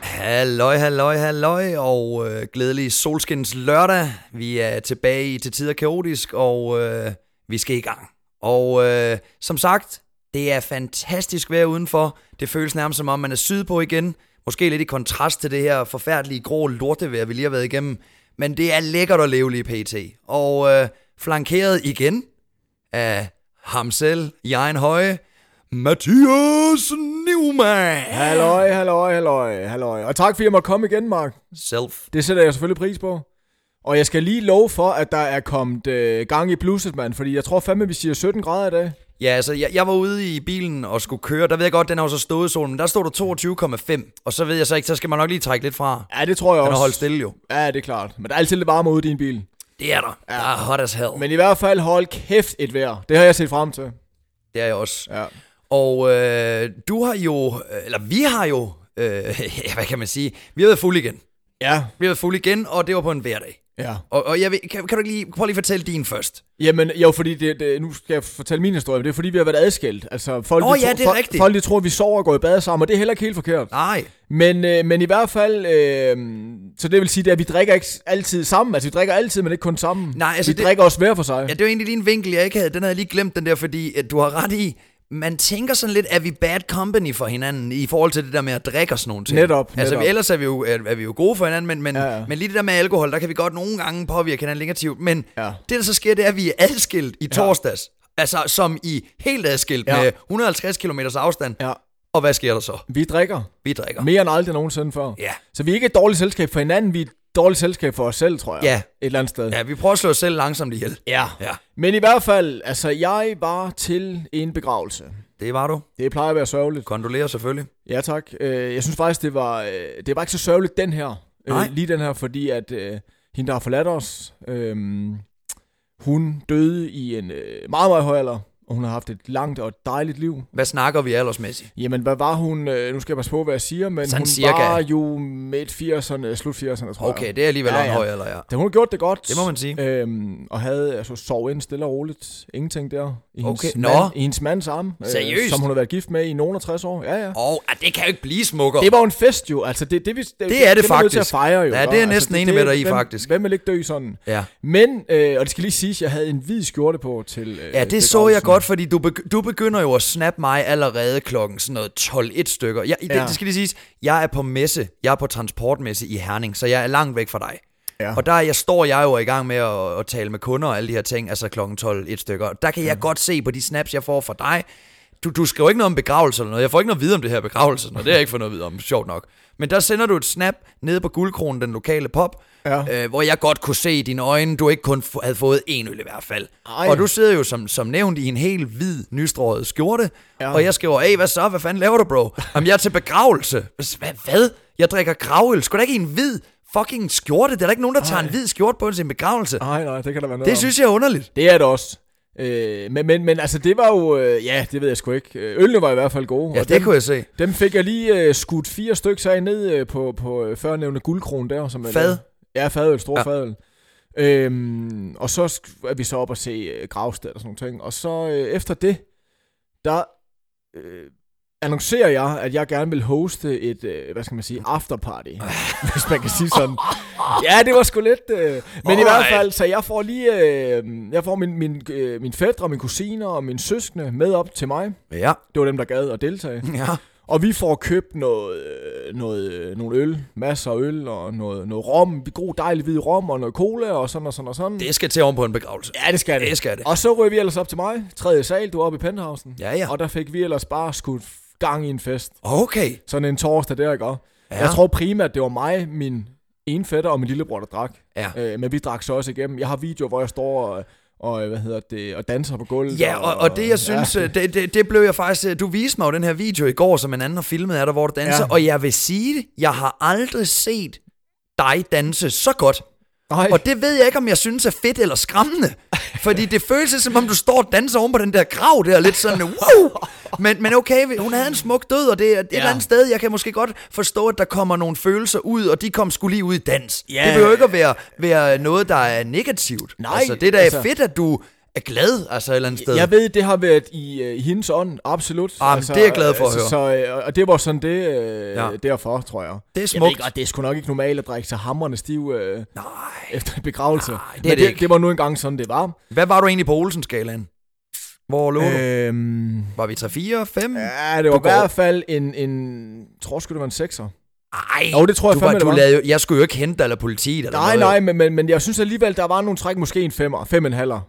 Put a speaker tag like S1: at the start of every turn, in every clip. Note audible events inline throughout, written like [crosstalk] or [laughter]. S1: Halløj, halløj, halløj, og øh, glædelig solskins lørdag. Vi er tilbage i til tider kaotisk, og øh, vi skal i gang. Og øh, som sagt, det er fantastisk vejr udenfor. Det føles nærmest som om, man er sydpå igen. Måske lidt i kontrast til det her forfærdelige grå lortevejr, vi lige har været igennem. Men det er lækkert at leve lige pt. Og øh, flankeret igen af ham selv, Jein Høje, Mathias Newman.
S2: Halløj, halløj, halløj, halløj. Og tak fordi jeg måtte komme igen, Mark.
S1: Self.
S2: Det sætter jeg selvfølgelig pris på. Og jeg skal lige love for, at der er kommet øh, gang i bluset, mand. Fordi jeg tror fandme, vi siger 17 grader i dag.
S1: Ja, altså, jeg, jeg var ude i bilen og skulle køre. Der ved jeg godt, den har jo så stået i solen, men der stod der 22,5. Og så ved jeg så ikke, så skal man nok lige trække lidt fra.
S2: Ja, det tror jeg
S1: Den
S2: også.
S1: har holdt stille jo.
S2: Ja, det er klart. Men der er altid lidt varmere ude i din bil.
S1: Det er der. Ja. Der er hot as hell. Men...
S2: Men i hvert fald, hold kæft et vejr. Det har jeg set frem til.
S1: Det er jeg også. Ja.
S2: Ja.
S1: Og øh, du har jo, øh, eller vi har jo, øh, [laughs] ja, hvad kan man sige? Vi har været fuld igen.
S2: Ja.
S1: Vi har været fuld igen, og det var på en hverdag.
S2: Ja.
S1: Og, og jeg ved, kan, kan du ikke lige, prøv lige at fortælle din først.
S2: Jamen, jo, fordi det, det, nu skal jeg fortælle min historie, men det er fordi, vi har været adskilt. Altså, folk,
S1: Nå,
S2: de
S1: ja,
S2: tror,
S1: det er
S2: folk,
S1: rigtigt.
S2: folk de tror, vi sover og går i bad sammen, og det er heller ikke helt forkert.
S1: Nej.
S2: Men, øh, men i hvert fald, øh, så det vil sige, det er, at vi drikker ikke altid sammen. Altså, vi drikker altid, men ikke kun sammen.
S1: Nej, altså,
S2: vi
S1: det-
S2: drikker også hver for sig.
S1: Ja, det var egentlig din vinkel, jeg ikke havde. Den havde jeg lige glemt, den der, fordi at du har ret i, man tænker sådan lidt, er vi bad company for hinanden, i forhold til det der med at drikke og sådan nogle ting.
S2: Netop,
S1: Altså,
S2: netop.
S1: vi, ellers er vi, jo, er, er vi jo gode for hinanden, men, men, ja,
S2: Ja,
S1: ja.
S2: ja.
S1: men lige det der med alkohol, der kan vi godt nogle gange påvirke hinanden negativt. Men ja.
S2: Ja.
S1: det, der så sker, det er, at vi er adskilt i torsdags. Altså, som i helt adskilt ja.
S2: Ja.
S1: med 150 km afstand. Ja.
S2: ja.
S1: Og hvad sker der så?
S2: Vi drikker
S1: Vi drikker.
S2: mere end aldrig nogensinde før.
S1: Ja.
S2: Så vi er ikke et dårligt selskab for hinanden, vi er et dårligt selskab for os selv, tror jeg.
S1: Ja.
S2: Et eller andet sted.
S1: Ja, vi prøver at slå os selv langsomt ihjel.
S2: ja.
S1: Ja,
S2: Men i hvert fald, altså, jeg var til en begravelse.
S1: det var du.
S2: Det plejer at være sørgeligt.
S1: Kondolerer selvfølgelig.
S2: Ja, tak. Øh, jeg synes faktisk, det var, øh, det var ikke så sørgeligt, den her.
S1: Nej.
S2: Øh, lige den her, fordi at øh, hende, der har forladt os, øh, hun døde i en øh, meget, meget høj alder, og hun har haft et langt og dejligt liv.
S1: Hvad snakker vi aldersmæssigt?
S2: Jamen, hvad var hun? Øh, nu skal jeg passe på, hvad jeg siger, men
S1: Sådan
S2: hun
S1: cirka.
S2: var jo midt 80'erne, øh, slut 80'erne, tror
S1: Okay,
S2: jeg.
S1: det er alligevel ja,
S2: Ja,
S1: ja. en
S2: ja.
S1: høj alder, ja.
S2: Det, hun har gjort det godt.
S1: Det må man sige.
S2: Øhm, og havde altså, sov ind stille og roligt. Ingenting der. I
S1: Okay,
S2: hendes,
S1: nå.
S2: mand, i hendes mands arm. øh,
S1: Seriøst?
S2: som hun har været gift med i nogen af 60 år. Ja, ja.
S1: Og ah, det kan jo ikke blive smukkere.
S2: Det var jo en fest jo, altså det, det, vi, det,
S1: Det er det
S2: man nødt til at
S1: faktisk.
S2: fejre jo.
S1: Ja,
S2: ikke?
S1: det er jeg
S2: altså,
S1: næsten enig med dig i,
S2: hvem,
S1: faktisk.
S2: Hvem vil ikke dø sådan?
S1: Ja.
S2: Men, øh, og det skal lige siges, jeg havde en hvid skjorte på til... Øh,
S1: Ja, det så jeg godt, fordi du, begy- du begynder jo at snappe mig allerede klokken sådan noget 12-1 stykker. Jeg, det,
S2: Ja.
S1: det skal lige siges, jeg er på messe, jeg er på transportmesse i Herning, så jeg er langt væk fra dig.
S2: Ja.
S1: Og der jeg står jeg jo i gang med at, at tale med kunder og alle de her ting, altså klokken 12-1 stykker. Og Der kan jeg godt se på de snaps, jeg får fra dig, du, du skriver ikke noget om begravelse eller noget. Jeg får ikke noget at vide om det her begravelse, og det har jeg ikke fået noget at vide om, sjovt nok. Men der sender du et snap nede på guldkronen, den lokale pop,
S2: Ja.
S1: øh, hvor jeg godt kunne se i dine øjne, du ikke kun f- havde fået en øl i hvert fald.
S2: Ej.
S1: Og du sidder jo som, som nævnt i en helt hvid, nystrøget skjorte, ja. og jeg skriver, hey, hvad så? Hvad fanden laver du, bro? Om jeg er til begravelse. Hvad? hvad? Jeg drikker gravøl. Skulle da ikke i en hvid fucking skjorte? Der er da ikke nogen, der tager en hvid skjorte på til en begravelse.
S2: Nej, nej, det kan der være noget
S1: Det
S2: om.
S1: synes jeg er underligt.
S2: Det er det også. Øh, men, men, men altså, det var jo... Øh, ja, det ved jeg sgu ikke. Øh, Ølene var i hvert fald gode.
S1: Ja,
S2: og
S1: det
S2: dem,
S1: kunne jeg se.
S2: dem fik jeg lige øh, skudt fire stykker af ned øh, på, på øh, førnævnte guldkron der. Som jeg
S1: Fad?
S2: lavede. Ja, fadøl, stor
S1: Ja.
S2: ja. fadøl. Øhm, og så sk- er vi så op og se øh, gravsted og sådan nogle ting. Og så øh, efter det, der øh, annoncerer jeg, at jeg gerne vil hoste et, øh, hvad skal man sige, afterparty. [laughs] hvis man kan sige sådan. Ja, det var sgu lidt... Øh, men i hvert
S1: Alright.
S2: fald, så jeg får lige... Øh, jeg får min, min, øh, min fædre, min kusiner og min søskende med op til mig.
S1: Ja.
S2: Det var dem, der gad at deltage.
S1: Ja.
S2: Og vi får købt noget, øh, noget, øh, nogle øl, masser af øl og noget, noget rom, god dejlig hvid rom og noget cola og sådan og sådan og sådan.
S1: Det skal til oven på en begravelse.
S2: ja, det skal
S1: det skal det.
S2: Og så røg vi ellers op til mig, tredje sal, du var oppe i penthousen.
S1: Ja, ja.
S2: Og der fik vi ellers bare skudt gang i en fest.
S1: Okay.
S2: Sådan en torsdag der, ikke? Ja.
S1: Ja.
S2: Jeg tror primært, det var mig, min ene fætter og min lillebror, der drak.
S1: Ja.
S2: Øh, men vi drak så også igennem. Jeg har videoer, hvor jeg står og, og hvad hedder det, og danser på gulvet.
S1: Ja, og, og det jeg synes, ja. det, det, det blev jeg faktisk... øh, Du viste mig jo den her video i går, som en anden har filmet af dig, hvor du danser, ja.
S2: Ja.
S1: og jeg vil sige det, jeg har aldrig set dig danse så godt.
S2: Nej,
S1: Og det ved jeg ikke, om jeg synes er fedt eller skræmmende. Fordi det føles lidt, som om, du står og danser oven på den der grav der, lidt sådan, wow! Men, men okay, hun havde en smuk død, og det er et ja.
S2: Ja.
S1: eller andet sted, jeg kan måske godt forstå, at der kommer nogle følelser ud, og de kom skulle lige ud i dans.
S2: Ja.
S1: Det behøver ikke at være, være noget, der er negativt.
S2: Nej,
S1: altså, det er da altså...
S2: altså-
S1: fedt, at du er glad, altså et eller andet sted.
S2: Jeg ved, det har været i, øh, i hendes ånd, absolut.
S1: Ah, men det er jeg glad for at
S2: altså, Så, øh, og det var sådan det øh,
S1: Ja.
S2: ja. derfor, tror jeg.
S1: det er
S2: Jeg ved
S1: smukt.
S2: godt, det er sgu nok ikke normalt at drikke sig hamrende stiv øh,
S1: Nej.
S2: efter en begravelse.
S1: Nej, det er
S2: Men
S1: det
S2: det,
S1: ikke.
S2: det var nu engang sådan, det var.
S1: Hvad var du egentlig på Olsen-skalaen? Hvor lå øh. du?
S2: Øhm,
S1: Var vi 3, 4, 5? Nej,
S2: ja, det var
S1: Du
S2: i
S1: går-
S2: hvert fald en, en tror sgu, det var en sekser.
S1: øh.
S2: Jo, det tror jeg
S1: du
S2: fandme,
S1: var,
S2: det
S1: du
S2: var.
S1: lavede, jo- jeg skulle jo ikke hente dig eller politiet eller
S2: Nej,
S1: noget.
S2: nej, men, men, men jeg synes alligevel, der var nogle træk, måske en femmer, fem en halver.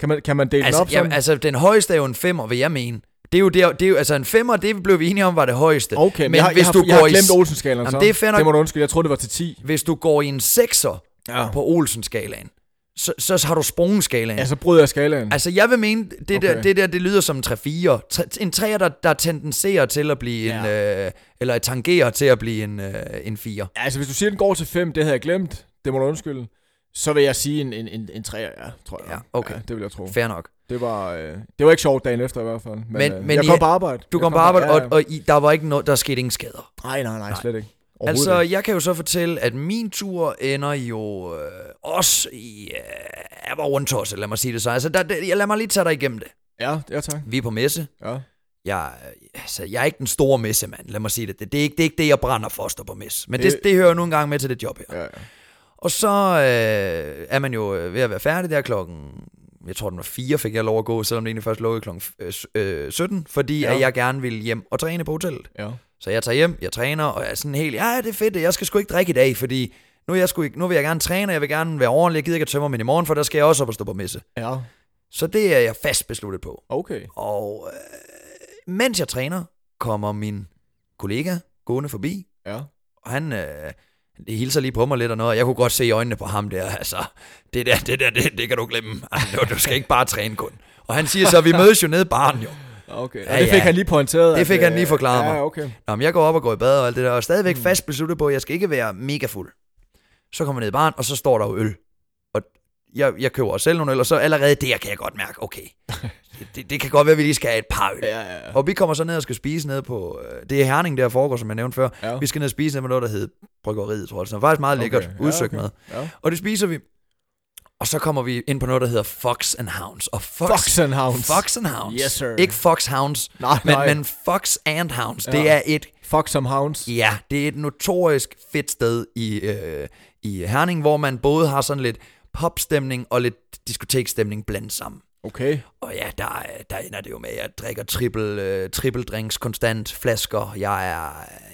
S2: Kan man, kan man dele
S1: Altså,
S2: den op
S1: jamen,
S2: sådan?
S1: altså, den højeste er jo en femmer, vil jeg mene. Det er jo, det, er, det er jo altså en femmer, det blev vi enige om, var det højeste.
S2: Okay, men,
S1: altså, men
S2: jeg, har-
S1: hvis
S2: jeg, har-
S1: du
S2: jeg
S1: går
S2: har
S1: i-
S2: glemt Olsen-skalaen
S1: Jamen,
S2: så.
S1: det er fair nok.
S2: det må du undskylde, jeg troede, det var til 10.
S1: Hvis du går i en sekser
S2: Ja.
S1: på Olsen-skalaen, så, så har du sprungskalaen.
S2: Ja, så bryder jeg skalaen.
S1: Altså, jeg vil mene, det, okay. der,
S2: Okay.
S1: det der, det lyder som en 3-4. Tre- En 3'er, der, der tendenserer til at blive en... Øh, eller tangerer til at blive en, øh, en 4.
S2: Ja, altså, hvis du siger, den går til 5, det havde jeg glemt. Det må du undskylde. Så vil jeg sige en, en, en, en 3, ja, tror jeg.
S1: Ja, okay.
S2: Ja, det vil jeg tro.
S1: Fair nok.
S2: Det var, øh, det var ikke sjovt dagen efter i hvert fald. Men,
S1: Men-
S2: men, øh,
S1: men
S2: men jeg
S1: I-
S2: kom på arbejde.
S1: Du
S2: Jeg
S1: kom på arbejde,
S2: ja, ja.
S1: og, og I, der var ikke noget, der skete ingen skader.
S2: Nej, nej, nej, slet ikke.
S1: Altså,
S2: Overhovedet
S1: jeg kan jo så fortælle, at min tur ender jo øh, også i... Øh, jeg var rundt tosset, lad mig sige det så. Altså, der, der, jeg lad mig lige tage dig igennem det.
S2: ikke. Ja, ja tak.
S1: Vi er på messe.
S2: Ja.
S1: Jeg, altså, jeg er ikke den store messemand, lad mig sige det. Det, det, er, ikke, det er ikke det, jeg brænder for at stå på messe. Men det, det,
S2: Det-
S1: det hører jo nogle gange med til det job her.
S2: Ja, ja.
S1: Og så øh, er man jo øh, ved at være færdig der klokken, jeg tror den var 4, fik jeg lov at gå, selvom det egentlig først lukkede klokken øh, s- øh, 17, fordi ja.
S2: Ja.
S1: at jeg gerne ville hjem og træne på hotellet.
S2: ja.
S1: Så jeg tager hjem, jeg træner, og jeg er sådan helt, ja, det er fedt, jeg skal sgu ikke drikke i dag, fordi nu, er jeg sgu ikke, nu vil jeg gerne træne, og jeg vil gerne være ordentlig, jeg gider ikke at tømme mig i morgen, for der skal jeg også op og stå på messe.
S2: Ja,
S1: Så det er jeg fast besluttet på.
S2: okay.
S1: Og øh, mens jeg træner, kommer min kollega gående forbi,
S2: Ja.
S1: og han øh, det hilser lige på mig lidt og noget, og jeg kunne godt se i øjnene på ham der, altså, det der, det der, det, det kan du glemme. Altså, du, du skal ikke bare træne kun. Og han siger så, vi mødes jo nede i baren jo.
S2: Okay.
S1: Ja,
S2: Ja, det fik
S1: ja.
S2: han lige pointeret.
S1: Det
S2: at,
S1: fik han lige
S2: øh,
S1: forklaret mig.
S2: Ja, okay.
S1: Nå, men jeg går op og går i bad og alt det der, og stadigvæk
S2: Mm.
S1: fast besluttet på, at jeg skal ikke være mega fuld. Så kommer jeg ned i baren, og så står der jo øl. Og jeg, jeg køber også selv nogle øl, og så allerede der kan jeg godt mærke,
S2: [laughs]
S1: okay, det, det kan godt være, at vi lige skal have et par øl.
S2: Ja, ja, ja.
S1: Og vi kommer så ned og skal spise ned på, øh, det er Herning, der foregår, som jeg nævnte før.
S2: Ja.
S1: Vi skal ned og spise ned med noget, der hedder Bryggeriet, tror jeg. Så faktisk meget lækkert,
S2: Okay. Ja,
S1: udsøgt
S2: okay.
S1: mad.
S2: Ja.
S1: Og det spiser vi. Og så kommer vi ind på noget, der hedder Fox and Hounds. Og Fox,
S2: Fox and Hounds.
S1: Fox and Hounds.
S2: Yes, sir.
S1: Ikke Fox Hounds,
S2: Nej,
S1: men,
S2: nej.
S1: men Fox and Hounds. Ja.
S2: Ja.
S1: Det er et
S2: Fuck some hounds.
S1: ja, det er et notorisk fedt sted i, øh, i Herning, hvor man både har sådan lidt popstemning og lidt diskotekstemning blandet sammen.
S2: Okay.
S1: Og ja, der, er- der ender det jo med, at jeg drikker triple, øh, triple drinks konstant, flasker. Jeg er,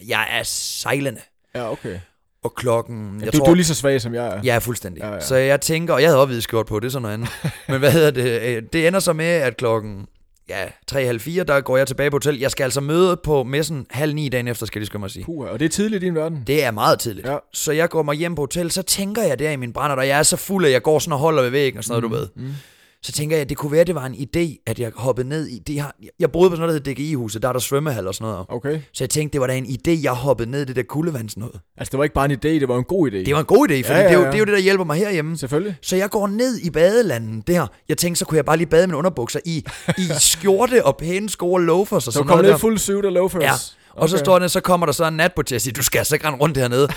S1: jeg er sejlende.
S2: Ja, okay.
S1: Og klokken... Jeg
S2: Du,
S1: tror,
S2: du er lige så svag, som jeg er.
S1: Ja, fuldstændig. Ja,
S2: Ja,
S1: ja.
S2: ja.
S1: Så jeg tænker, og jeg havde også hvid skjort på, det er sådan noget andet.
S2: [laughs]
S1: Men hvad hedder det? Øh, Det ender så med, at klokken ja, 3.30, der går jeg tilbage på hotel. Jeg skal altså møde på messen halv ni dagen efter, skal jeg lige skal mig sige.
S2: Puh, og det er tidligt i din verden.
S1: Det er meget tidligt. Ja.
S2: Ja.
S1: Så jeg går mig hjem på hotel, så tænker jeg der i min brænder, og jeg er så fuld, at jeg går sådan og holder ved væggen og sådan noget, du ved. Mm. Så tænker jeg, at det kunne være, at det var en idé, at jeg hoppede ned i... De har, jeg boede på sådan noget, der hedder DGI-huset, der er der svømmehal og sådan noget.
S2: Okay.
S1: Så jeg tænkte, det var da en idé, jeg hoppede ned i det der kuldevand noget.
S2: Altså, det var ikke bare en idé, det var en god idé.
S1: Det var en god idé, for ja, ja,
S2: Ja, ja,
S1: ja. det, er jo,
S2: ja.
S1: det er jo det, der hjælper mig herhjemme.
S2: Selvfølgelig.
S1: Så jeg går ned i badelanden der. Jeg tænkte, så kunne jeg bare lige bade i mine underbukser i, i skjorte og pæne sko og loafers og
S2: Så
S1: sådan
S2: kom
S1: noget.
S2: ned
S1: Der.
S2: fuld suit og loafers.
S1: Ja. Og okay. så
S2: Okay.
S1: står der, så kommer der så en nat på til at sige, du skal altså ikke rende rundt
S2: [laughs]
S1: hernede.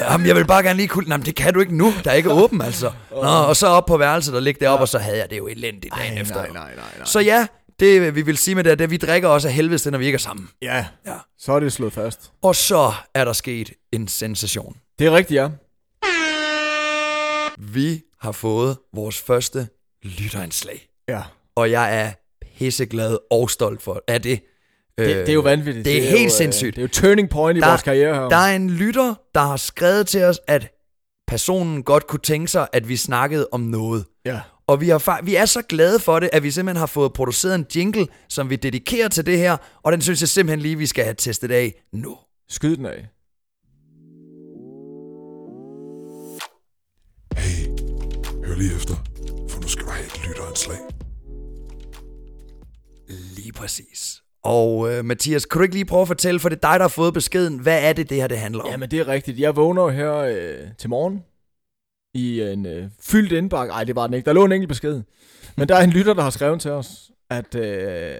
S1: Jamen, jeg vil bare gerne lige kunne... Jamen, det kan du ikke nu. Der er ikke åben, altså. Nå, og så op på værelset og ligge deroppe, og så havde jeg det jo elendigt dagen
S2: Ej,
S1: efter.
S2: nej, nej, nej, nej.
S1: Så ja, det vi vil sige med det, er, det er, at vi drikker også af helvede, til, når vi ikke er sammen.
S2: Ja,
S1: Ja.
S2: så er det slået fast.
S1: Og så er der sket en sensation.
S2: Det er rigtigt, ja.
S1: Vi har fået vores første lytterindslag.
S2: Ja.
S1: og jeg er pisseglad og stolt for af det.
S2: Det, det er jo vanvittigt.
S1: det er helt
S2: jo, øh,
S1: sindssygt.
S2: Det er jo turning point i
S1: Der-
S2: vores karriere her.
S1: Der er en lytter, der har skrevet til os, at personen godt kunne tænke sig, at vi snakkede om noget.
S2: Ja.
S1: Og vi, har, fa- vi er så glade for det, at vi simpelthen har fået produceret en jingle, som vi dedikerer til det her, og den synes jeg simpelthen lige, vi skal have testet af nu.
S2: Skyd den af.
S3: Hey, hør lige efter, for nu skal du have et lytteranslag.
S1: Lige præcis. Og øh, Mathias, kan du ikke lige prøve at fortælle, for det er dig, der har fået beskeden, hvad er det, det her det handler om?
S2: Jamen, det er rigtigt. Jeg vågner jo her øh, til morgen i en øh, fyldt indbakke. Ej, det var den ikke. Der lå en enkelt besked. Men der er en lytter, der har skrevet til os, at øh,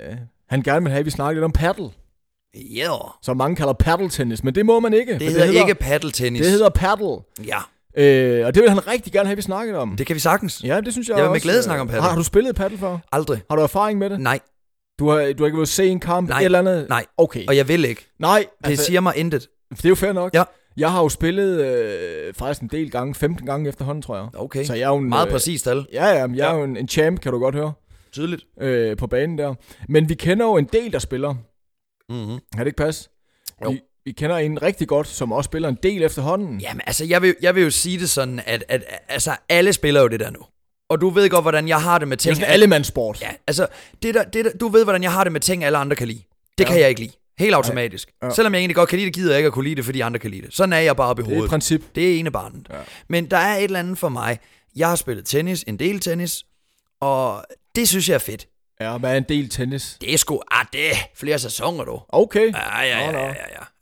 S2: han gerne vil have, at vi snakker lidt om paddle.
S1: yeah.
S2: Som mange kalder paddle tennis, men det må man ikke. for
S1: det, hedder ikke paddeltennis.
S2: Det hedder paddle.
S1: Ja.
S2: Øh, og det vil han rigtig gerne have, vi snakket om.
S1: Det kan vi sagtens.
S2: Ja, det synes jeg
S1: Jeg vil med
S2: også,
S1: glæde
S2: øh,
S1: snakke om padel.
S2: Har, har du spillet padel før?
S1: Aldrig.
S2: Har du erfaring med det?
S1: Nej,
S2: Du har, du har ikke været se en kamp?
S1: Nej.
S2: Et eller andet?
S1: Nej.
S2: Okay.
S1: og jeg vil ikke.
S2: Nej, det,
S1: Det
S2: altså, siger...
S1: siger mig intet.
S2: det er jo fair nok.
S1: Ja.
S2: Jeg har jo spillet øh, faktisk en del gange, 15 gange efterhånden, tror jeg.
S1: Okay.
S2: Så jeg er jo en,
S1: Meget
S2: øh,
S1: præcist tal.
S2: Ja, ja, men jeg er
S1: Ja.
S2: jo en, en champ, kan du godt høre,
S1: Tydeligt.
S2: øh, på banen der. Men vi kender jo en del, der spiller.
S1: Mm-hmm.
S2: Kan det ikke passe?
S1: Jo.
S2: Vi, vi kender en rigtig godt, som også spiller en del efterhånden.
S1: Jamen, altså, jeg vil, jeg vil jo sige det sådan, at, at, at altså, alle spiller jo det der nu. Og du ved godt, hvordan jeg har det med
S2: det er jo
S1: ting.
S2: sådan en allemandsport.
S1: Ja, altså, det der, det der, du ved, hvordan jeg har det med ting, alle andre kan lide. Det
S2: Ja.
S1: ja. kan jeg ikke lide. Helt automatisk.
S2: Ja.
S1: Ja. Selvom jeg egentlig godt kan lide det, gider jeg ikke at kunne lide det, fordi andre kan lide det. Sådan er jeg bare oppe i
S2: Det er et
S1: hovedet.
S2: princip.
S1: Det er ene barnet.
S2: Ja.
S1: Ja. Men der er et eller andet for mig. Jeg har spillet tennis, en del tennis, og det synes jeg er fedt.
S2: Ja, hvad er en del tennis?
S1: Det er sgu, ah, det er flere sæsoner, du.
S2: Okay.
S1: Ja, ja,
S2: Nå,
S1: ja,
S2: nå.
S1: ja, ja.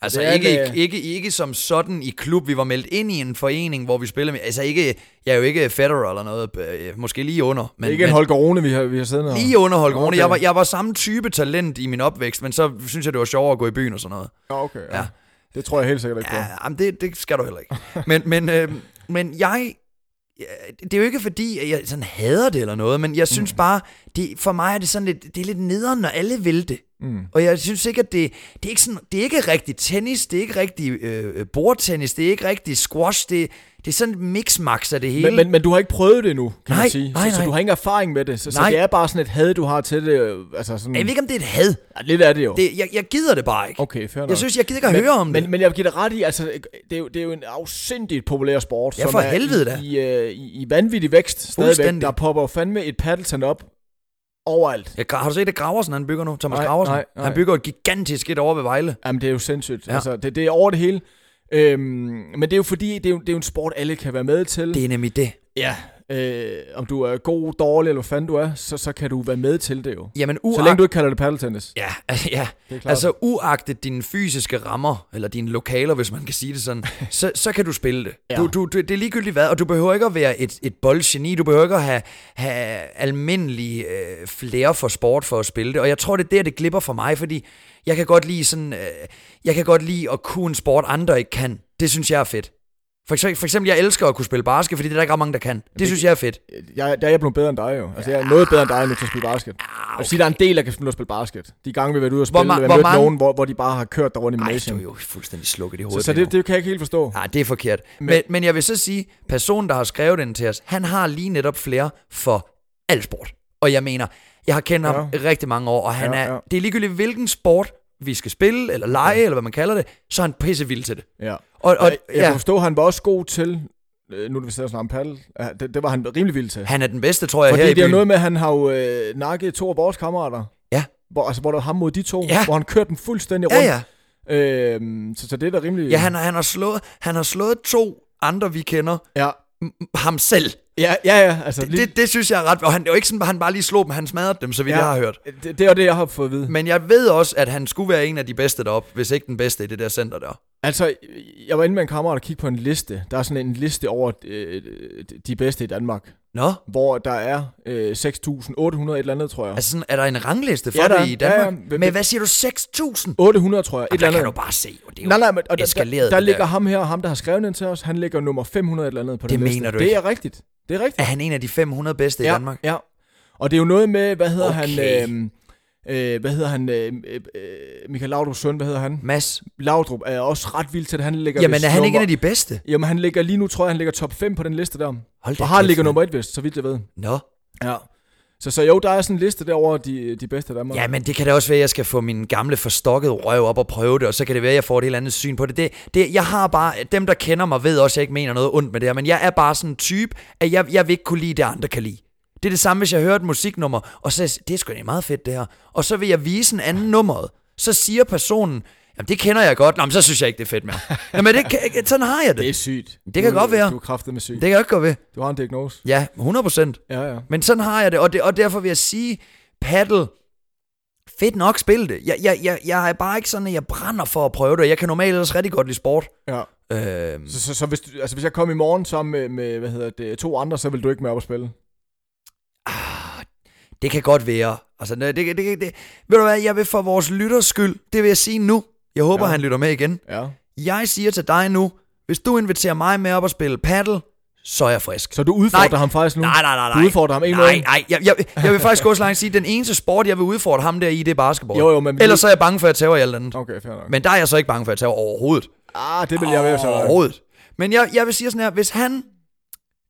S1: Altså
S2: Det er
S1: ikke,
S2: en, øh,
S1: ikke, ikke, ikke som sådan i klub. Vi var meldt ind i en forening, hvor vi spillede med. Altså ikke, jeg er jo ikke Federer eller noget. øh, Måske lige under. Men,
S2: det er ikke en
S1: men
S2: Holger Rune, vi har, vi har siddende her.
S1: lige under Holger Rune.
S2: Okay.
S1: Jeg, var, jeg var samme type talent i min opvækst, men så synes jeg, det var sjovere at gå i byen og sådan noget.
S2: Ja, okay. Ja.
S1: Ja.
S2: Det tror jeg helt sikkert ikke på.
S1: Ja, jamen det, det skal du heller ikke. Men, men, øh, men jeg... ja, Det er jo ikke fordi, at jeg sådan hader det eller noget, men jeg
S2: Mm.
S1: synes bare, det, for mig er det sådan lidt, det er lidt nederen, når alle vil det.
S2: Mm.
S1: Og jeg synes ikke, at det, det, er, ikke sådan, det er ikke rigtig tennis, det er ikke rigtig øh, bordtennis, det er ikke rigtig squash, det, det er sådan et mix-max af det hele.
S2: Men, men, men du har ikke prøvet det endnu, kan man
S1: Nej,
S2: sige.
S1: nej,
S2: så, så
S1: nej.
S2: du har ingen erfaring med det. Så, så
S1: Nej.
S2: det er bare sådan et had, du har til det. øh, Altså sådan,
S1: jeg ved ikke, om det er et had.
S2: ja, lidt af det jo.
S1: Det, jeg, jeg gider det bare ikke.
S2: Okay, fair nok.
S1: Jeg synes, jeg gider ikke at høre om
S2: men,
S1: det.
S2: Men jeg vil give dig ret i, altså, det er jo, det er jo en afsindigt populær sport,
S1: Ja, for
S2: er
S1: helvede da.
S2: i, i, øh, i, i vanvittig vækst stadigvæk.
S1: Fuldstændig.
S2: Der popper jo fandme et paddleton op overalt.
S1: Jeg, har du set, at Graversen han bygger nu? Thomas
S2: Nej,
S1: Graversen?
S2: nej, nej.
S1: Han bygger et gigantisk et over ved Vejle.
S2: Jamen, det er jo sindssygt. Ja.
S1: Ja.
S2: Altså, det, det er over det hele. Øhm, men det er jo fordi, det er jo, det er jo en sport, alle kan være med til.
S1: Det er nemlig det.
S2: Ja. Øh, om du er god, dårlig eller hvad fanden du er, så, så kan du være med til det jo.
S1: Jamen,
S2: Så
S1: uagt...
S2: længe du ikke kalder det paddeltennis.
S1: Ja, [laughs] altså, ja.
S2: Det er klart.
S1: altså uagtet dine fysiske rammer, eller dine lokaler, hvis man kan sige det [laughs] sådan, så, så kan du spille det.
S2: Ja.
S1: Ja. Du, du, du, det er ligegyldigt hvad, og du behøver ikke at være et, et boldgeni, du behøver ikke at have, have almindelig øh, flere for sport for at spille det, og jeg tror, det er der, det glipper for mig, fordi jeg kan godt lide sådan, øh, jeg kan godt lide at kunne en sport, andre ikke kan. Det synes jeg er fedt. For eksempel, for eksempel, jeg elsker at kunne spille basket, fordi det er der ikke ret mange, der kan. Det synes jeg er fedt.
S2: jeg, der er jeg blevet bedre end dig jo. Altså, jeg er noget bedre end dig nu til at spille basket. Jeg
S1: Ah,
S2: vil sige, der er en del, der kan finde ud af at spille basket. De gange, vi har været ude og spille,
S1: Hvor ma-
S2: hvor,
S1: hvor
S2: hvor
S1: mange-
S2: nogen, hvor, hvor de bare har kørt der rundt i
S1: Ej, du
S2: Malaysia.
S1: er jo fuldstændig slukket i
S2: Så,
S1: hovedet.
S2: så
S1: lige nu.
S2: det, det kan jeg ikke helt forstå.
S1: Nej, Ah, det er forkert.
S2: Men-
S1: Men, men, men jeg vil så sige, personen, der har skrevet den til os, han har lige netop flere for al sport. Og jeg mener, jeg har kendt ham
S2: Ja.
S1: ja. rigtig mange år, og han
S2: Ja,
S1: ja, er,
S2: ja.
S1: ja. det er ligegyldigt, hvilken sport vi skal spille, eller lege, ja. eller hvad man kalder det, så er han pissevild til det.
S2: Ja.
S1: Og,
S2: Og,
S1: og
S2: jeg, jeg kan
S1: ja,
S2: forstå, at han var også god til, øh, nu er det vi sidder og snakker om paddle, ja, det, det var han rimelig vild til.
S1: han er den bedste, tror jeg,
S2: Fordi
S1: her i
S2: det er jo
S1: byen.
S2: noget med, at han har jo øh, nakket to af vores kammerater.
S1: Ja.
S2: Hvor, altså, hvor der var ham mod de to,
S1: Ja.
S2: hvor han kørte dem fuldstændig
S1: ja,
S2: rundt.
S1: ja.
S2: Øhm, så, så det er da rimelig...
S1: ja han, har- han, har slået, han har slået to andre, vi kender,
S2: ja.
S1: m- ham selv.
S2: Ja, ja, ja, altså,
S1: Det, det, det synes jeg er ret... Og han, det var ikke sådan, at han bare lige slog dem, han smadrede dem, så vidt
S2: ja, Øh,
S1: ja. jeg har hørt.
S2: Det, det er jo det, jeg har fået at vide.
S1: Men jeg ved også, at han skulle være en af de bedste deroppe, hvis ikke den bedste i det der center der.
S2: Altså, jeg var inde med en kammerat og kiggede på en liste. Der er sådan en liste over øh, de bedste i Danmark,
S1: Nå,
S2: hvor der er øh, 6.800 et eller andet, tror jeg.
S1: Altså, sådan, er der en rangliste for
S2: Ja,
S1: ja,
S2: der
S1: det
S2: er.
S1: i Danmark?
S2: Ja,
S1: Ja,
S2: ja.
S1: ja. Men hvad siger du? 6.000?
S2: 800, tror jeg.
S1: Et
S2: Et eller
S1: der
S2: andet.
S1: kan du bare se, og det er jo
S2: Nej, nej, men og der,
S1: eskaleret,
S2: der, der
S1: det
S2: ligger
S1: der.
S2: ham her, ham der har skrevet ind til os, han ligger nummer 500 et eller andet på den
S1: Det
S2: liste.
S1: mener du
S2: Det
S1: ikke.
S2: er rigtigt. Det er rigtigt.
S1: Er han en af de 500 bedste ja. i Danmark?
S2: Ja. Og det er jo noget med, hvad hedder
S1: Okay.
S2: han... Øh, øh, hvad hedder han? Øh, øh, øh, Michael Laudrups søn, hvad hedder han?
S1: Mads?
S2: Laudrup er også ret vild til det. Han ligger
S1: Jamen,
S2: vist
S1: er han ikke
S2: nummer...
S1: en af de bedste?
S2: Jamen, han ligger lige nu, tror jeg, han ligger top 5 på den liste der.
S1: Hold da
S2: Og har
S1: kæft,
S2: ligger
S1: mand.
S2: nummer 1, vist, så vidt jeg ved.
S1: Nå.
S2: Ja. Så, så jo, der er sådan en liste derover de, de bedste af Danmark.
S1: Jamen, det kan da også være, at jeg skal få min gamle forstokkede røv op og prøve det, og så kan det være, at jeg får et helt andet syn på det. det, det jeg har bare... Dem, der kender mig, ved også, at jeg ikke mener noget ondt med det her, men jeg er bare sådan en type, at jeg, jeg vil ikke kunne lide det, andre kan lide. Det er det samme, hvis jeg hører et musiknummer, og så siger jeg, det er sgu da meget fedt, det her. Og så vil jeg vise en anden nummeret. Så siger personen, jamen det kender jeg godt. Nå, men så synes jeg ikke, det er fedt mere. Jamen, det, kan- sådan har jeg
S2: Det er
S1: det.
S2: sygt.
S1: Det kan
S2: du,
S1: godt være.
S2: Du er kraftet med syg.
S1: Det kan jeg ikke gå ved.
S2: Du har en diagnose.
S1: Ja, 100 procent.
S2: Ja, ja.
S1: Men sådan har jeg det, og, det, og derfor vil jeg sige, paddle, fedt nok spil det. Jeg, jeg, jeg, jeg er bare ikke sådan, at jeg brænder for at prøve det, og jeg kan normalt ellers rigtig godt lide sport.
S2: ja.
S1: Øhm,
S2: Så, så, så hvis, du, altså, hvis jeg kom i morgen sammen med, med hvad hedder det, to andre, så vil du ikke med op og spille.
S1: det kan godt være. Altså, det, det, det, det, ved du hvad, jeg vil for vores lytters skyld, det vil jeg sige nu. Jeg håber,
S2: Ja.
S1: ja. han lytter med igen.
S2: Ja.
S1: Jeg siger til dig nu, Hvis du inviterer mig med op og spille paddle, så er jeg frisk.
S2: Så du udfordrer
S1: Nej.
S2: ham faktisk nu?
S1: Nej, nej, nej, nej.
S2: Du udfordrer ham en
S1: Nej, nej. Jeg, jeg, jeg vil faktisk gå så langt sige, at den eneste sport, jeg vil udfordre ham der i, det er basketball.
S2: Jo, jo, men-
S1: Ellers så er jeg bange for, at jeg tager i alt andet.
S2: Okay, fair nok.
S1: Men der er jeg så ikke bange for, at jeg tager overhovedet.
S2: Ah, det vil jeg være så.
S1: Overhovedet. Men jeg, jeg vil sige sådan her, hvis han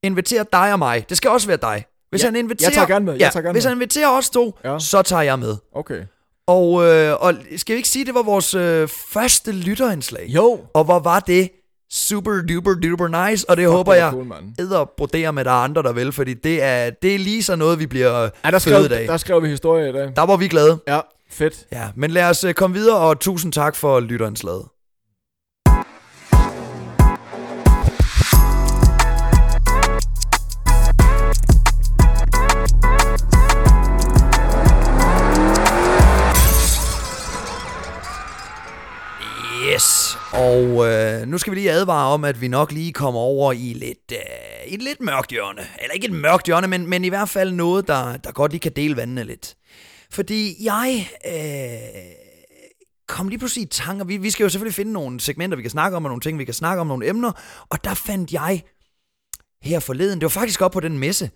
S1: inviterer dig og mig, det skal også være dig. Hvis
S2: Ja,
S1: han inviterer,
S2: jeg tager gerne med, jeg
S1: ja,
S2: tager gerne
S1: hvis
S2: med.
S1: han inviterer os to,
S2: Ja.
S1: ja. så tager jeg med.
S2: Okay.
S1: Og, øh, og skal vi ikke sige, det var vores øh, første lytterindslag?
S2: Jo.
S1: Og hvor var det super duper duper nice, og det håber
S2: det var
S1: jeg
S2: cool, mand.
S1: æder broderer med, der er andre, der vil, fordi det er, det er lige så noget, vi bliver
S2: Ja, der skrev,
S1: fede af.
S2: der skrev vi historie i dag.
S1: Der var vi glade.
S2: Ja, fedt.
S1: Ja, men lad os øh, komme videre, og tusind tak for lytterindslaget. Yes, og øh, nu skal vi lige advare om, at vi nok lige kommer over i lidt, øh, et lidt mørkt hjørne. Eller ikke et mørkt hjørne, men, men i hvert fald noget, der, der godt lige kan dele vandene lidt. Fordi jeg øh, kom lige pludselig i tanker. Vi, vi skal jo selvfølgelig finde nogle segmenter, vi kan snakke om, og nogle ting, vi kan snakke om, nogle emner. Og der fandt jeg her forleden, det var faktisk op på den messe,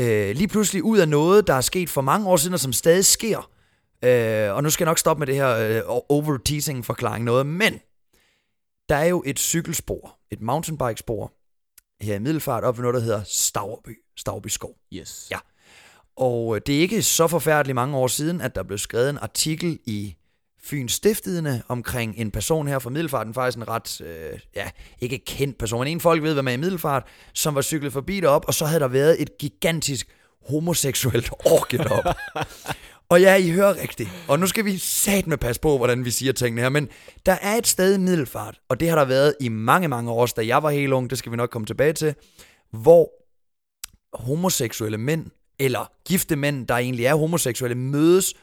S1: øh, lige pludselig ud af noget, der er sket for mange år siden, og som stadig sker. Øh, og nu skal jeg nok stoppe med det her øh, over-teasing-forklaring noget, men der er jo et cykelspor, et mountainbikespor, her i Middelfart, op ved noget, der hedder Stavreby, Stavreby Skov.
S2: Yes.
S1: Ja. Og øh, det er ikke så forfærdeligt mange år siden, at der blev skrevet en artikel i Fyns Stiftidende omkring en person her fra Middelfarten, faktisk en ret, øh, ja, ikke kendt person, men en folk ved, hvad man er i Middelfart, som var cyklet forbi derop, og så havde der været et gigantisk homoseksuelt orke derop. og ja, I hører rigtigt. Og nu skal vi satme passe på, hvordan vi siger tingene her, men der er et sted i Middelfart, og det har der været i mange, mange år, også da jeg var helt ung, det skal vi nok komme tilbage til, hvor homoseksuelle mænd, eller gifte mænd, der egentlig er homoseksuelle, mødes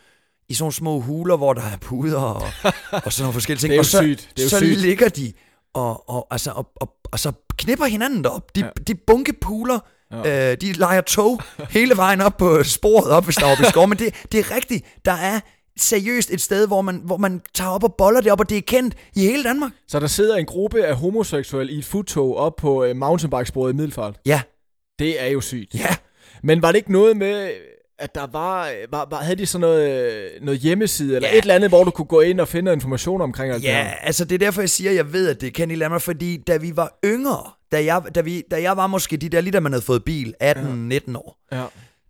S1: i sådan nogle små huler, hvor der er puder
S2: [laughs]
S1: og, og sådan nogle forskellige ting.
S2: Det er jo
S1: og så,
S2: sygt. Det er jo
S1: så
S2: sygt.
S1: ligger de og, og, altså, og, og, og så knipper hinanden derop. De, ja. de bunkepuler, ja. øh, de leger tog hele vejen op på sporet op, hvis der er skov. Men det, det er rigtigt, der er seriøst et sted, hvor man, hvor man tager op og boller det op, og det er kendt i hele Danmark.
S2: Så der sidder en gruppe af homoseksuelle i et futtog op på øh, mountainbikesporet i Middelfart.
S1: Ja,
S2: Det er jo sygt.
S1: ja.
S2: Men var det ikke noget med, at der var, øh, var, var havde de sådan noget, øh, noget hjemmeside, eller
S1: Ja.
S2: et eller andet, hvor du kunne gå ind og finde information omkring alt det
S1: Ja,
S2: her?
S1: altså det er derfor, jeg siger, at jeg ved, at det er kendt i Danmark, fordi da vi var yngre, da jeg, da, vi, da jeg var måske de der, lige da man havde fået bil, 18-19 år,
S2: Ja.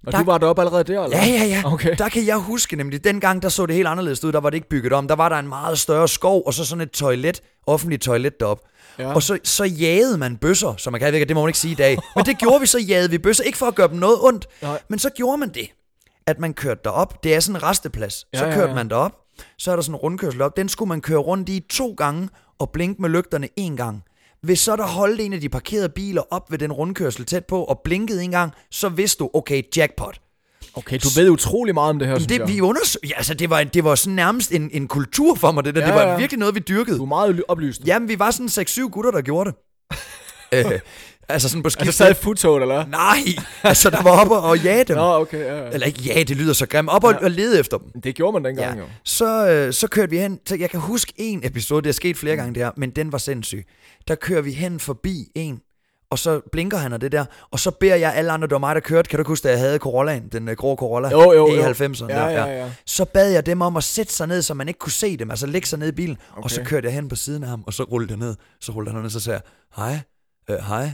S2: Og
S1: Der-
S2: du var deroppe allerede der, eller?
S1: Ja, ja, ja.
S2: Okay.
S1: Der kan jeg huske nemlig, dengang der så det helt anderledes ud, der var det ikke bygget om. Der var der en meget større skov, og så sådan et toilet, offentligt toilet derop.
S2: Ja.
S1: Ja. Og så, så jagede man bøsser, som man kan ikke, det må man ikke sige i
S2: [laughs]
S1: dag. Men det gjorde vi, så jagede vi bøsser. Ikke for at gøre dem noget ondt,
S2: Nej.
S1: men så gjorde man det, at man kørte derop. Det er sådan en resteplads.
S2: Ja,
S1: så
S2: ja,
S1: kørte
S2: ja.
S1: man derop, så er der sådan en rundkørsel op. Den skulle man køre rundt i to gange og blinke med lygterne en gang. Hvis så der holdt en af de parkerede biler op ved den rundkørsel tæt på og blinkede en gang, så vidste du, okay, jackpot.
S2: Okay, du ved utrolig meget om det her, synes
S1: Det,
S2: jeg.
S1: vi undersøg... ja, altså, det var, det var sådan nærmest en, en kultur for mig, det der. Ja,
S2: Ja,
S1: det var
S2: ja.
S1: ja. virkelig noget, vi dyrkede.
S2: Du er meget ly- oplyst.
S1: Jamen, vi var sådan 6-7 gutter, der
S2: [laughs]
S1: gjorde det. øh, altså sådan på
S2: Er
S1: skift.
S2: du stadig i futtoget, eller? hvad?
S1: Nej, altså der var oppe og jage dem.
S2: Nå,
S1: Nå.
S2: okay, ja, ja.
S1: Eller ikke ja, det lyder så grimt. Op og, og lede efter dem.
S2: Det gjorde man dengang,
S1: Ja.
S2: jo.
S1: Så, øh, så kørte vi hen. Så jeg kan huske en episode, det er sket
S2: Mm.
S1: flere gange det her, men den var sindssyg. Der kører vi hen forbi en, og så blinker han og det der, og så beder jeg alle andre, det var mig, der kørte. Kan du ikke huske, da jeg havde Corollaen, den øh, grå Corolla
S2: Jo, jo,
S1: i
S2: jo.
S1: 90'erne?
S2: Ja,
S1: der,
S2: ja, ja.
S1: Så bad jeg dem om at sætte sig ned, så man ikke kunne se dem, altså lægge sig ned i bilen, okay. og så
S2: Okay.
S1: kørte jeg hen på siden af ham, og så rullede jeg ned, så rullede han ned, så sagde jeg, hej, øh, hej,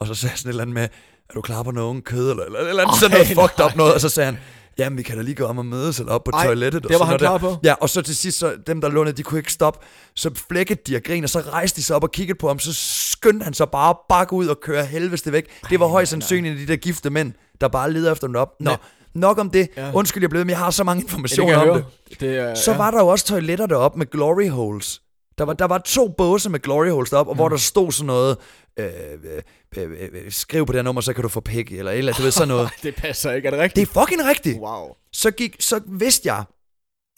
S1: og så sagde jeg sådan et eller andet med, er du klar på noget unge kød, eller, eller, eller andet, sådan noget fucked up noget, og så sagde han, jamen vi kan da lige gå om og mødes, eller op på
S2: Ej,
S1: toilettet. og
S2: det var
S1: sådan
S2: han
S1: noget
S2: klar
S1: der.
S2: på?
S1: Ja, og så til sidst, så dem der lånede, de kunne ikke stoppe. Så flækkede de og grin, og så rejste de sig op og kiggede på ham. Så skyndte han sig bare bakke ud og køre helveste væk. Det var højst sandsynligt de der gifte mænd, der bare leder efter dem op. Nå, nok om det.
S2: Ja.
S1: Undskyld, jeg blev ved, men jeg har så mange
S2: det
S1: informationer
S2: kan jeg
S1: om
S2: høre.
S1: det.
S2: Det er,
S1: Så
S2: ja.
S1: var der jo også toiletter deroppe med glory holes. Der var, der var to båse med glory holes deroppe, og hvor der stod sådan noget, øh, øh, øh, øh, skriv på det her nummer, så kan du få pik, eller et eller andet, du ved, sådan
S2: [laughs]
S1: noget.
S2: Det passer ikke, er
S1: Det
S2: det
S1: er
S2: rigtigt?
S1: fucking rigtigt
S2: Wow.
S1: så, gik, så vidste jeg,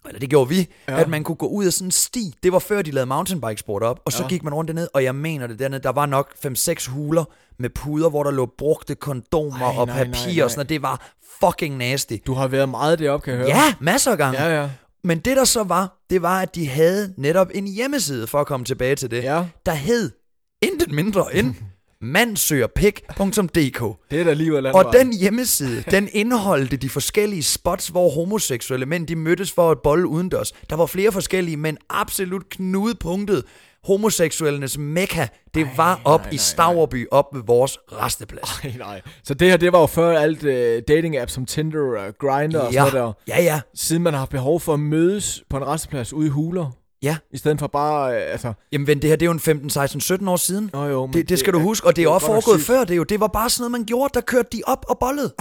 S1: eller det gjorde vi,
S2: Ja.
S1: ja. at man kunne gå ud af sådan en sti. Det var før, de lavede mountainbikesport op, og så
S2: Ja.
S1: ja. gik man rundt dernede, og jeg mener det dernede, der var nok 5-6 huler med puder, hvor der lå brugte kondomer
S2: Ej,
S1: Ej, og
S2: nej,
S1: papir
S2: nej,
S1: og sådan noget. Det var fucking nasty.
S2: Du har været meget deroppe, kan jeg høre.
S1: Ja, masser af gange.
S2: Ja,
S1: Ja.
S2: ja.
S1: Men det der så var, det var, at de havde netop en hjemmeside, for at komme tilbage til det,
S2: Ja.
S1: der hed intet mindre
S2: [laughs]
S1: end mandsøgerpik.dk.
S2: Det er da livet af
S1: Og den hjemmeside, den indeholdte de forskellige spots, hvor homoseksuelle mænd de mødtes for at bolle udendørs. Der var flere forskellige, men absolut knudepunktet homoseksuellenes mekka, det ej, var op nej, i Stavreby, nej. op ved vores resteplads.
S2: [laughs] Nej, nej. Så det her, det var jo før alt øh, dating apps som Tinder og Grindr og sådan noget der.
S1: ja, ja,
S2: Siden man har haft behov for at mødes på en resteplads ude i huler,
S1: ja.
S2: i stedet for bare, øh, altså...
S1: Jamen vent, det her det er jo en 15, 16, 17 år siden.
S2: Nå jo, men
S1: Det, det skal du
S2: er-
S1: huske, og det er
S2: er
S1: også
S2: godt nok
S1: foregået
S2: sygt.
S1: før det jo. Det var bare sådan noget, man gjorde, der kørte de op og
S2: [laughs]
S1: bollede.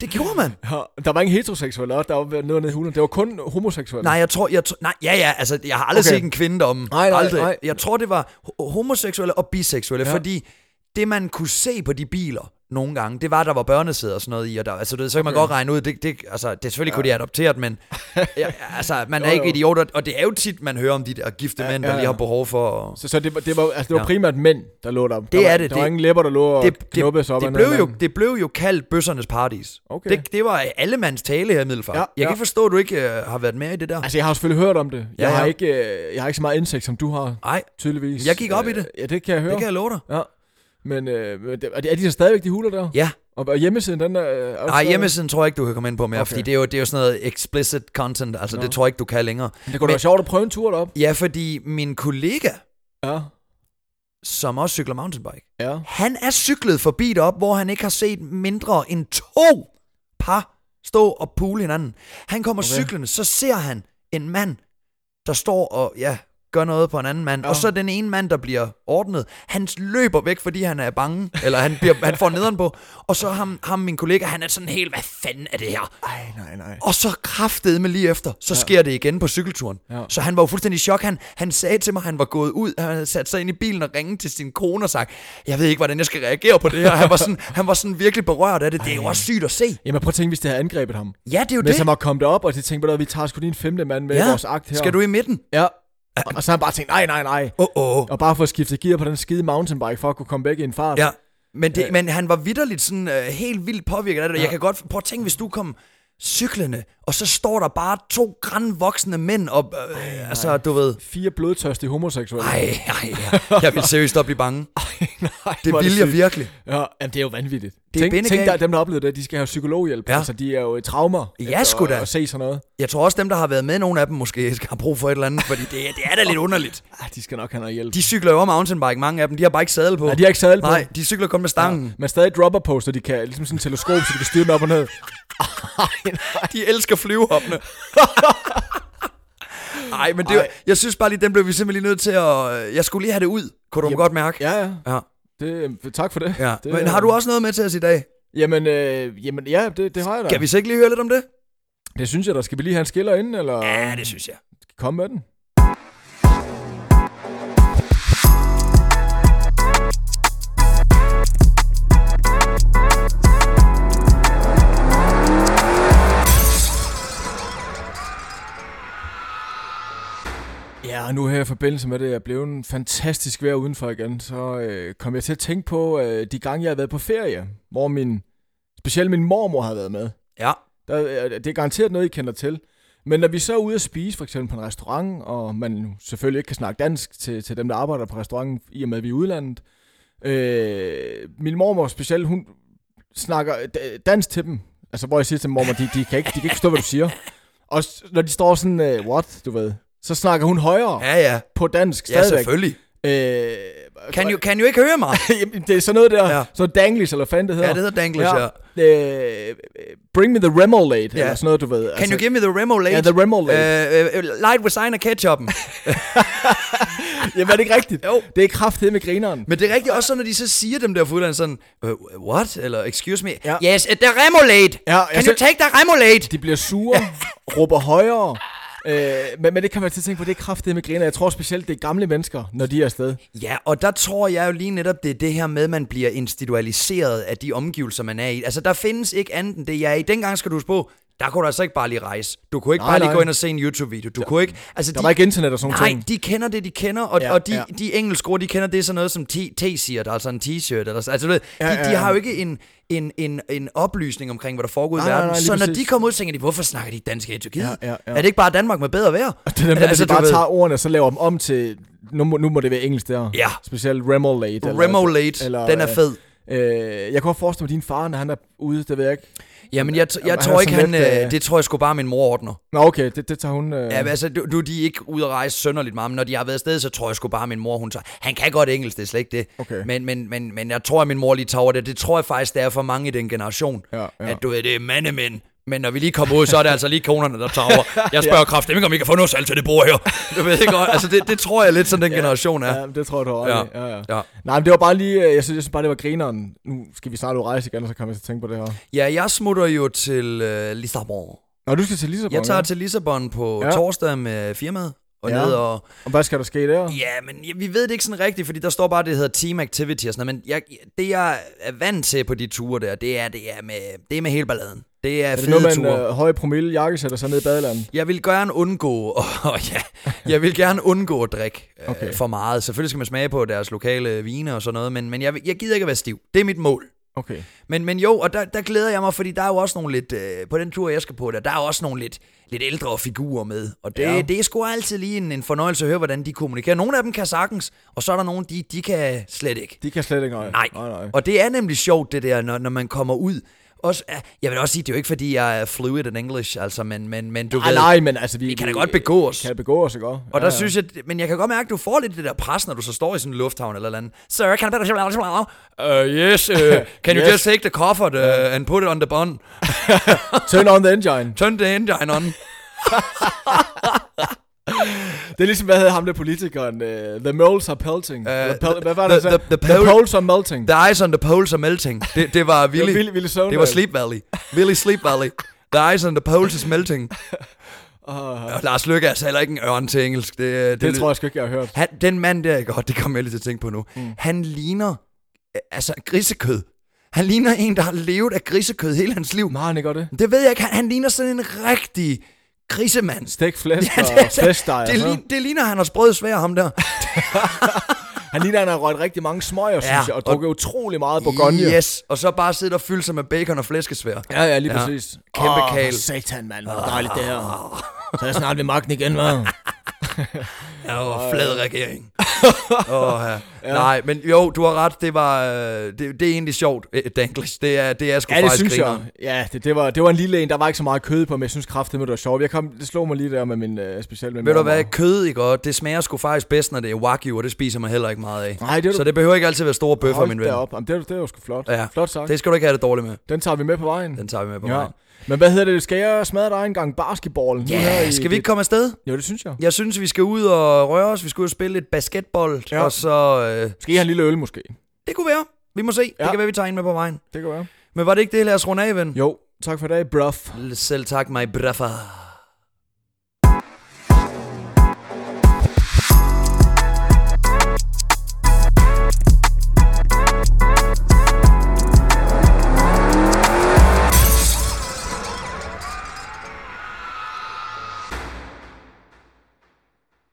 S1: Det gjorde man.
S2: Ja, [laughs] der var ingen heteroseksuelle, og der var noget nede i hulen. Det var kun homoseksuelle.
S1: Nej, jeg tror, jeg tr- nej, ja, ja, altså, jeg har aldrig okay.
S2: Okay.
S1: set en kvinde deromme.
S2: Nej, nej,
S1: aldrig.
S2: nej.
S1: Jeg tror, det var ho- homoseksuelle og biseksuelle, ja.
S2: Ja.
S1: fordi det, man kunne se på de biler nogle gange, det var, at der var børnesæder og sådan noget i, og der, altså, det, så kan man godt regne ud, det, det, altså, det selvfølgelig ja. kunne de have adopteret,
S2: [laughs]
S1: men ja, altså, man er
S2: Jo,
S1: ikke
S2: jo.
S1: idioter, og det er jo tit, man hører om de der gifte mænd, der
S2: ja,
S1: lige har
S2: ja.
S1: behov for at
S2: Så, så det, var, det var, altså, det var
S1: Ja.
S2: primært mænd, der lå der. Det der
S1: er
S2: var,
S1: det,
S2: Der var
S1: det-
S2: ingen læber, der lå og
S1: det,
S2: knuppede
S1: det,
S2: sig op. ad
S1: det,
S2: noget
S1: blev jo,
S2: hinanden.
S1: det blev jo kaldt bøssernes paradis.
S2: Okay.
S1: Det, det var allemands tale her i Middelfart.
S2: Ja,
S1: jeg kan
S2: ja.
S1: ikke forstå, at du ikke øh, har været med i det der.
S2: Altså, jeg har jo selvfølgelig hørt om det. Jeg,
S1: Ja,
S2: ja,
S1: ja.
S2: Har ikke, øh, jeg har ikke så meget indsigt, som du har,
S1: Nej,
S2: tydeligvis. Øh,
S1: Jeg gik op i det.
S2: Ja, det kan jeg høre.
S1: det kan jeg love dig.
S2: Ja. Men øh, men det- er de- er de så stadigvæk de huler der?
S1: Ja,
S2: Og, og hjemmesiden, den er... øh, er
S1: nej,
S2: stadig-
S1: hjemmesiden tror jeg ikke, du kan komme ind på mere, okay.
S2: Okay.
S1: fordi det er, jo, det er jo sådan noget explicit content, altså
S2: Nå.
S1: det tror jeg ikke, du kan længere.
S2: Det kunne da
S1: Men-
S2: være sjovt at prøve en tur derop.
S1: Ja, fordi min kollega,
S2: Ja.
S1: som også cykler mountainbike,
S2: Ja.
S1: han er cyklet forbi derop, hvor han ikke har set mindre end to par stå og pule hinanden. Han kommer okay.
S2: Okay.
S1: cyklende, så ser han en mand, der står og ja, gør noget på en anden mand. Ja.
S2: Ja.
S1: Og så den ene mand, der bliver ordnet, han løber væk, fordi han er bange, eller han, bliver, han får nederen på. Og så ham, ham, min kollega, han er sådan helt, hvad fanden er det her?
S2: Ej, nej, nej.
S1: Og så kraftede med lige efter, så ja. sker det igen på cykelturen. Ja.
S2: Ja.
S1: Så han var jo fuldstændig i chok. Han, han sagde til mig, han var gået ud, han havde sat sig ind i bilen og ringet til sin kone og sagt, jeg ved ikke, hvordan jeg skal reagere på det her. Han var sådan, han var sådan virkelig berørt af det. Det er jo også sygt at se.
S2: Jamen prøv at tænke, hvis det havde angrebet ham.
S1: Ja, det er jo
S2: Men
S1: det.
S2: som har kommet derop, og de tænkte, "Ved du hvad, vi tager sgu lige en femte mand med i vores akt her.
S1: skal du i midten?
S2: Ja. Og- Og så har han bare tænkt, nej, nej, nej.
S1: Åh, oh, åh. Oh.
S2: Og bare få skiftet gear på den skide mountainbike, for at kunne komme væk i en fart.
S1: Ja. Men, det, men han var vidderligt sådan øh, helt vildt påvirket af det. Ja. Jeg kan godt prøve at tænke, hvis du kom cyklende, og så står der bare to grænvoksne mænd op. Øh, altså, du ved.
S2: Fire blodtørstige homoseksuelle. [laughs]
S1: Ej, ej, ja. jeg vil seriøst op blive bange.
S2: nej,
S1: Det
S2: hvor er
S1: vil jeg
S2: sygt.
S1: virkelig.
S2: Ja, jamen, det er jo vanvittigt.
S1: Det er
S2: tænk,
S1: bindegalt.
S2: tænk dig, at dem, der oplevede det, de skal have psykologhjælp.
S1: Ja.
S2: Ja. Altså, de er jo i traumer.
S1: Ja,
S2: efter
S1: sgu da.
S2: at- At se sådan noget.
S1: Jeg tror også, dem, der har været med, nogle af dem måske [laughs] skal have brug for et eller andet, fordi det, er- det er da lidt underligt.
S2: Ah, de skal nok have noget hjælp.
S1: De cykler jo over mountainbike, mange af dem. De har bare ikke sadel på.
S2: Nej, de har ikke sadel på.
S1: Nej, de cykler kun med stangen.
S2: Men stadig dropper på, så de kan, ligesom sådan en teleskop, så de kan styre den op og ned.
S1: [laughs] De elsker
S2: [laughs]
S1: flyvehoppene. Nej, men det, var-
S2: Ej.
S1: jeg synes bare lige, den blev vi simpelthen lige nødt til at... Jeg skulle lige have det ud, kunne du
S2: Jamen,
S1: godt mærke.
S2: Ja, ja.
S1: Ja.
S2: Det, øh, tak for det.
S1: ja.
S2: det øh,
S1: Men har du også noget med til os i dag?
S2: Jamen, øh, jamen ja, det, det har jeg da.
S1: Kan vi så ikke lige høre lidt om det?
S2: Det synes jeg da. Skal vi lige have en skiller inden, eller
S1: Ja, det synes jeg.
S2: komme med den? Ja, og nu her i forbindelse med det, jeg blev en fantastisk vejr udenfor igen, så øh, kom jeg til at tænke på øh, de gange, jeg har været på ferie, hvor min, specielt min mormor har været med.
S1: Ja.
S2: Der, er- det er garanteret noget, I kender til. Men når vi så er ude at spise, for eksempel på en restaurant, og man jo selvfølgelig ikke kan snakke dansk til, til dem, der arbejder på restauranten, i og med at vi er i udlandet. Øh, min mormor specielt, hun snakker da- dansk til dem. Altså, hvor jeg siger til dem, mormor, de, de, kan ikke, de kan ikke forstå, hvad du siger. Og s- når de står sådan, øh, what, du ved, så snakker hun højere
S1: Ja, ja.
S2: på dansk
S1: Ja,
S2: stadigvæk.
S1: selvfølgelig.
S2: Øh,
S1: Kan jo, kan jo ikke høre [laughs] mig.
S2: Jamen, det er sådan noget der,
S1: Ja.
S2: ja. så danglish, eller hvad fanden det
S1: Ja,
S2: hedder.
S1: det hedder Danglish, ja.
S2: Øh, bring me the remoulade, ja.
S1: Ja.
S2: eller sådan noget, du ved. Altså,
S1: Can you give me the Remo late?
S2: Ja, the remoulade. Øh.
S1: Øh, øh, light with sign og ketchupen.
S2: [laughs] Jamen, er det ikke rigtigt?
S1: Jo.
S2: Det er kraftedeme med grineren.
S1: Men det er rigtigt også, når de så siger dem der fra udlandet sådan, "Øh, what? Eller excuse me.
S2: Ja.
S1: Yes, uh, the remoulade.
S2: Ja,
S1: Can
S2: altså-
S1: you take the remoulade?
S2: De bliver
S1: [laughs]
S2: sure, råber højere. Øh, men, men det kan man til at tænke på, det er kraftedeme med griner. Jeg tror specielt, det er gamle mennesker, når de er afsted.
S1: Ja, og der tror jeg jo lige netop, det er det her med, at man bliver institualiseret af de omgivelser, man er i. Altså, der findes ikke andet end det, jeg er i. Dengang skal du huske på, der kunne du altså ikke bare lige rejse. Du kunne ikke nej,
S2: Nej,
S1: bare lige
S2: nej.
S1: gå ind og se en YouTube-video. Du kunne ikke... Altså,
S2: Der var ikke internet og sådan
S1: Nej,
S2: noget.
S1: de kender det, de kender, og, ja,
S2: Ja,
S1: og de, ja.
S2: ja.
S1: de engelske ord, de kender det er sådan noget som t- t-shirt, altså en t-shirt. Eller, sådan- altså, du ved, de, ja,
S2: ja,
S1: ja. de
S2: ja.
S1: har jo ikke en, en, en, en oplysning omkring, hvad der foregår i
S2: Nej, nej,
S1: verden.
S2: nej, lige
S1: så når de
S2: præcis.
S1: kommer ud, tænker de, hvorfor snakker de ikke dansk i Tyrkiet?
S2: Ja, ja, ja.
S1: Er det ikke bare Danmark med bedre vejr?
S2: Og [laughs] det der med, altså,
S1: Altså,
S2: at
S1: du
S2: de bare
S1: ved-
S2: tager ordene, og så laver dem om til... Nu må, nu må det være engelsk der.
S1: Ja.
S2: Specielt Remolade. eller-
S1: Remolate,
S2: eller,
S1: den er
S2: øh,
S1: fed.
S2: Øh, jeg kan godt forestille mig, at din far, når han er ude, det ved jeg ikke.
S1: Jamen, jeg, t- jeg
S2: jamen, han
S1: tror
S2: er
S1: ikke, han...
S2: sådan lidt,
S1: øh,
S2: øh,
S1: det tror jeg sgu bare, min mor ordner.
S2: Nå, okay, det, det tager hun... Øh,
S1: Ja, men altså, du, du, de er ikke ude at rejse sønderligt meget, men når de har været afsted, så tror jeg sgu bare, at min mor, hun tager... Han kan godt engelsk, det er slet ikke det.
S2: Okay.
S1: Men, men, men, men jeg tror, at min mor lige tager over det. Det tror jeg faktisk, det er for mange i den generation.
S2: Ja, ja.
S1: At du ved, det er mandemænd. Men når vi lige kommer ud, så er det altså lige konerne, der tager
S2: [laughs]
S1: over. Jeg spørger ja. kraftigt, ikke om I kan få noget salt til det bord her. Du ved ikke godt. Altså, det, det tror jeg lidt, sådan den ja. generation er.
S2: Ja, det tror jeg, du har
S1: Ja.
S2: ja. Ja, ja.
S1: Ja.
S2: Nej, men det var bare lige... øh, Jeg synes, jeg synes bare, det var grineren. Nu skal vi snart ud at rejse igen, og så kan jeg til at tænke på det her.
S1: Ja, jeg smutter jo til øh, Lissabon.
S2: Nå, du skal til Lissabon.
S1: Jeg tager
S2: ja.
S1: til Lissabon på ja.
S2: Ja.
S1: torsdag med firmaet. Og ja.
S2: Ja.
S1: ned og
S2: Og hvad skal der ske der?
S1: Ja, men jeg- vi ved det ikke sådan rigtigt, fordi der står bare, at det hedder team activity og sådan noget, men jeg, det jeg er vant til på de ture der, det er, det er, med, det er med hele balladen. Det er,
S2: Er det
S1: fede
S2: noget med en
S1: ture.
S2: øh, høj promille jakkesæt og så ned i badelandet?
S1: Jeg vil gerne undgå, [laughs] og, ja, jeg vil gerne undgå at drikke øh, okay.
S2: Okay.
S1: for meget. Selvfølgelig skal man smage på deres lokale vine og sådan noget, men, men jeg, jeg gider ikke at være stiv. Det er mit mål.
S2: Okay.
S1: Men, men jo, og der, der glæder jeg mig, fordi der er jo også nogle lidt, øh, på den tur jeg skal på, der, der er også nogle lidt, lidt ældre figurer med. Og det, ja.
S2: Ja.
S1: det er sgu altid lige en, en fornøjelse at høre, hvordan de kommunikerer. Nogle af dem kan sagtens, og så er der nogle, de, de kan slet ikke.
S2: De kan slet ikke... Nej.
S1: Nej.
S2: nej, nej.
S1: Og det er nemlig sjovt, det der, når, når man kommer ud. Også, øh, jeg vil også sige, det er jo ikke, fordi jeg er fluid in English, altså, men, men, men du
S2: Nej,
S1: ved...
S2: nej, men altså... Vi,
S1: Vi kan da godt begå os.
S2: Kan da begå os, ikke? Og
S1: Og der synes jeg, men jeg kan godt mærke, at du får lidt det der pres, når du så står i sådan en lufthavn eller et eller andet. Sir, can I better... Uh, yes,
S2: [laughs]
S1: uh, can you
S2: Yes.
S1: just take the coffert uh, and put it on the bun?
S2: Turn on the engine.
S1: Turn the engine on.
S2: Det er ligesom, hvad hedder ham der politikeren? Uh, the moles are pelting. Uh, the pel- hvad var
S1: Øh, the-
S2: det, så?
S1: the- the
S2: the
S1: pole-
S2: poles are melting.
S1: The ice on the poles are melting. Det, det var Willy.
S2: Det var Willy- Willy Søvndal.
S1: det var Sleep Valley. Willy Sleep Valley. The ice on the poles is melting.
S2: [laughs] Åh,
S1: Og Lars Lykke er altså heller ikke en ørn til engelsk. Det, det,
S2: det tror jeg sgu ikke, jeg har hørt.
S1: Han, den mand der, godt, det kommer jeg lige til at tænke på nu. Mm. Han ligner øh, altså grisekød. Han ligner en, der har levet af grisekød hele hans liv.
S2: Nå, han ikke godt det.
S1: Det ved jeg ikke. Han, han ligner sådan en rigtig grisemand.
S2: Stegt flæsk
S1: [laughs] Ja,
S2: og
S1: det-
S2: flæskdej.
S1: det,
S2: altså.
S1: lig, det ligner, han har sprøget svær ham der.
S2: Han ligner, han har røget rigtig mange smøger, synes jeg, og
S1: og-
S2: drukket utrolig meget Bourgogne.
S1: Yes, og så bare sidde og fylde sig med bacon og flæskesvær.
S2: Ja, ja, lige
S1: Ja.
S2: præcis.
S1: Kæmpe
S2: Åh, for
S1: kagel.
S2: satan, mand. Hvor dejligt det her. Så er jeg snart ved magten igen, hva'?
S1: Ja, og flad [laughs] regering. oh, ja. Ja. Nej, men jo, du har ret. Det var øh, det, det er egentlig sjovt, øh, Danglish. Det er, det er sgu
S2: Ja, det
S1: faktisk
S2: synes
S1: grineren.
S2: jeg. Ja, det, det, var, det var en lille en. Der var ikke så meget kød på, men jeg synes kraftigt, det var sjovt. Jeg kom, det slog mig lige der med min øh, specielt med
S1: Ved du
S2: mormor.
S1: hvad, kød, ikke? Og det smager sgu faktisk bedst, når det er wagyu, og det spiser man heller ikke meget af.
S2: Nej, det er du-
S1: Så det behøver ikke altid være store bøffer,
S2: Hold
S1: min ven.
S2: da op. Jamen, det, er- det var sgu flot.
S1: Ja.
S2: Ja. Flot sagt. Det...
S1: Det skal du ikke have det dårligt med.
S2: Den tager vi med på vejen.
S1: Den tager vi med på
S2: ja.
S1: vejen.
S2: Men hvad hedder det? Skal jeg smadre dig en gang basketball? nu her
S1: Ja,
S2: i
S1: skal vi ikke
S2: dit-
S1: komme afsted?
S2: Jo, det synes jeg.
S1: Jeg synes, vi skal ud og røre os. Vi skal ud og spille lidt basketbold. Ja.
S2: Ja.
S1: Og så... Øh,
S2: Skal I have en lille øl måske?
S1: det kunne være. Vi må se. Ja.
S2: Ja.
S1: Det kan være, vi tager en med på vejen.
S2: Det kan være.
S1: Men var det ikke det, lad os runde af, ven?
S2: Jo, tak for i dag, bruv.
S1: Selv tak, my braffer.